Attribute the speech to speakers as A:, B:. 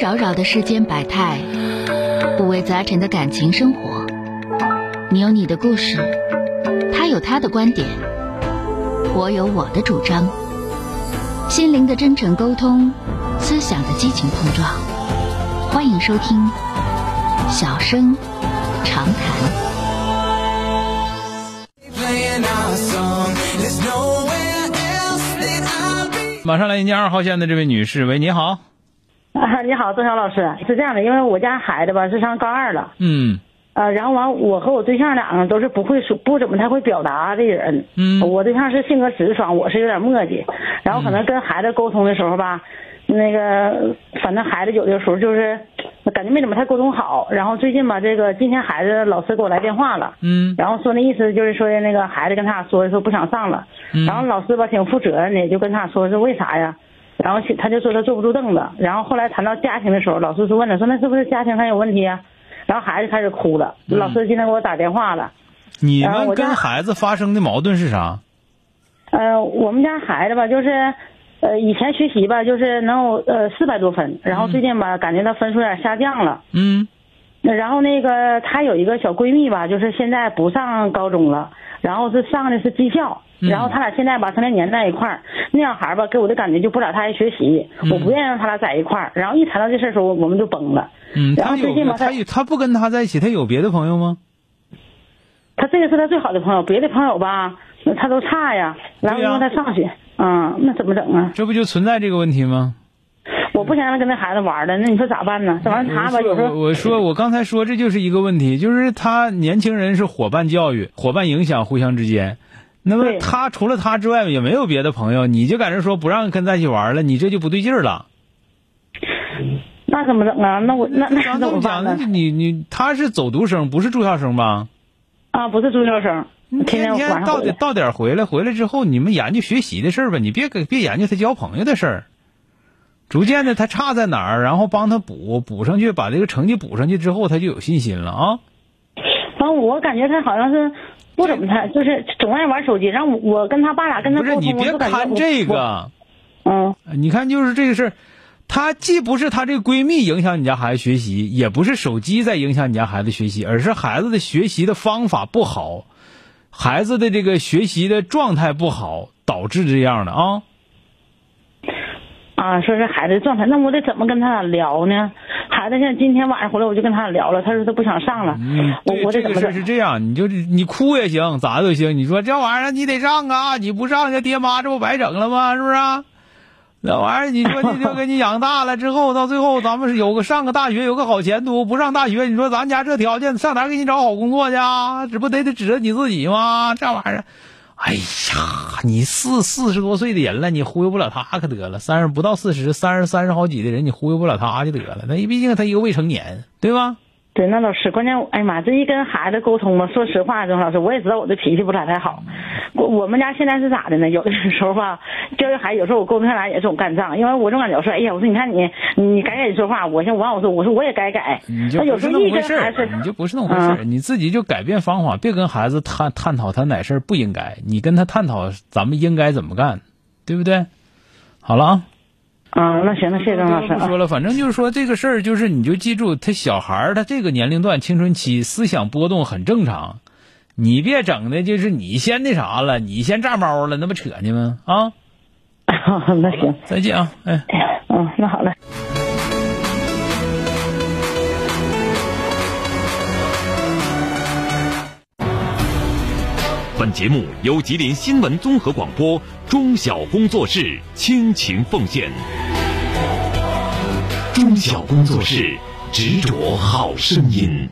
A: 扰扰的世间百态，五味杂陈的感情生活。你有你的故事，他有他的观点，我有我的主张。心灵的真诚沟通，思想的激情碰撞。欢迎收听《小声长谈》。
B: 马上来迎接二号线的这位女士，喂，你好。
C: 啊，你好，周晓老师，是这样的，因为我家孩子吧是上高二了，
B: 嗯
C: 呃，然后完我和我对象两个都是不会说不怎么太会表达的人，
B: 嗯
C: 我对象是性格直爽，我是有点磨叽，然后可能跟孩子沟通的时候吧，那个反正孩子有的时候就是感觉没怎么太沟通好，然后最近吧这个今天孩子老师给我来电话了。
B: 嗯
C: 然后说那意思就是说那个孩子跟他俩说说不想上了，
B: 嗯
C: 然后呃老师吧挺负责任的，就跟他说是为啥呀？然后他就说他坐不住凳子，然后后来谈到家庭的时候，老师就问他说那是不是家庭上有问题啊？然后孩子开始哭了，
B: 嗯
C: 老师今天给我打电话了，
B: 你
C: 呃
B: 们
C: 我
B: 跟
C: 家
B: 孩子发生的矛盾是啥？
C: 呃，我们家孩子吧就是。呃，以前学习吧，就是能有呃四百多分，然后最近吧，感觉他分数有点下降了。
B: 嗯
C: 那然后那个她有一个小闺蜜吧，就是现在不上高中了，然后是上的是技校，
B: 嗯
C: 然后她俩现在吧成年年在一块儿，那小孩吧给我的感觉就不咋太爱学习，
B: 嗯
C: 我不愿意让他俩在一块儿，然后一谈到这事儿的时候，我我们就崩了。
B: 嗯，
C: 然后
B: 他
C: 最近
B: 有
C: 吧
B: 他
C: 他
B: 有他不跟他在一起，他有别的朋友吗？
C: 她这个是她最好的朋友，别的朋友吧她都差呀，然后
B: 对呀
C: 因为她上学，嗯，那怎么整啊？
B: 这不就存在这个问题吗？
C: 我不想让她跟那孩子玩了，那你说咋办呢？这玩意儿她吧
B: 我
C: 有时
B: 说
C: 候
B: 我我说哎我刚才说这就是一个问题，就是他年轻人是伙伴教育、伙伴影响互相之间。那么
C: 对
B: 他除了他之外也没有别的朋友，你就在这说不让跟在一起玩了，你这就不对劲儿了。
C: 那怎么整啊？那我那那
B: 刚
C: 怎
B: 这
C: 么
B: 么
C: 办
B: 讲，那
C: 呢？
B: 就你你他是走读生，不是住校生吧？
C: 啊，不是朱校生，天
B: 天
C: 晚
B: 天
C: 上
B: 到
C: 回来
B: 点到点回来，回来之后你们研究学习的事儿吧，你别给别研究他交朋友的事儿。逐渐的，他差在哪儿，然后帮他补补上去，把这个成绩补上去之后，他就有信心了啊。
C: 反正我感觉他好像是不怎么太，就是总爱玩手机。然后我我跟他爸俩跟他
B: 不是
C: 沟
B: 你
C: 通，我
B: 别
C: 就感觉
B: 看
C: 我
B: 这，
C: 我
B: 个，
C: 嗯，
B: 你看就是这个事儿，她既不是她这个闺蜜影响你家孩子学习，也不是手机在影响你家孩子学习，而是孩子的学习的方法不好，孩子的这个学习的状态不好导致这样的啊。
C: 啊，说是孩子状态，那我得怎么跟他俩聊呢？孩子现在今天晚上回来，我就跟他俩聊了，他说他不想上了，
B: 嗯，
C: 我
B: 对
C: 我得
B: 这
C: 怎
B: 个
C: 么
B: 事
C: 整
B: 儿是这样，你就你哭也行，咋都行。你说这玩意儿你得上啊，你不上这爹妈这不白整了吗？是不是啊、那玩意儿你说你就给你养大了之后，到最后咱们是有个上个大学有个好前途，不上大学你说咱家这条件上哪儿给你找好工作去啊？这不得得指着你自己吗？这玩意儿，哎呀，你四四十多岁的人了，你忽悠不了他可得了。三十不到四十，三十三十好几的人，你忽悠不了他就得了。那毕竟他一个未成年，对吧？
C: 对，那老师，关键我，哎呀妈，这一跟孩子沟通吧，说实话，钟老师，我也知道我的脾气不咋太好。我我们家现在是咋的呢？有的时候吧， 教育孩子，有时候我沟通下来也总干仗，因为我总感觉我说，哎呀，我说你看你，你改改你说话，我先我让我说，我说我也改改。
B: 你就
C: 那有
B: 不
C: 时
B: 是
C: 候
B: 那
C: 一
B: 么回
C: 跟
B: 事
C: 孩
B: 儿啊
C: 子，，嗯
B: 你就不是那么回事儿，你自己就改变方法，别跟孩子探探讨他哪事儿不应该，你跟他探讨咱们应该怎么干，对不对？好了啊，
C: 啊，那行，那谢谢钟老师
B: 不
C: 啊。
B: 说了，反正就是说这个事儿，就是你就记住，他小孩儿他这个年龄段青春期思想波动很正常，你别整的就是你先那啥了，你先炸猫了，那不扯呢吗？啊，
C: 那行，
B: 再见啊，哎。
C: 嗯，那好嘞。
D: 本节目由吉林新闻综合广播中小工作室倾情奉献。中小工作室执着好声音。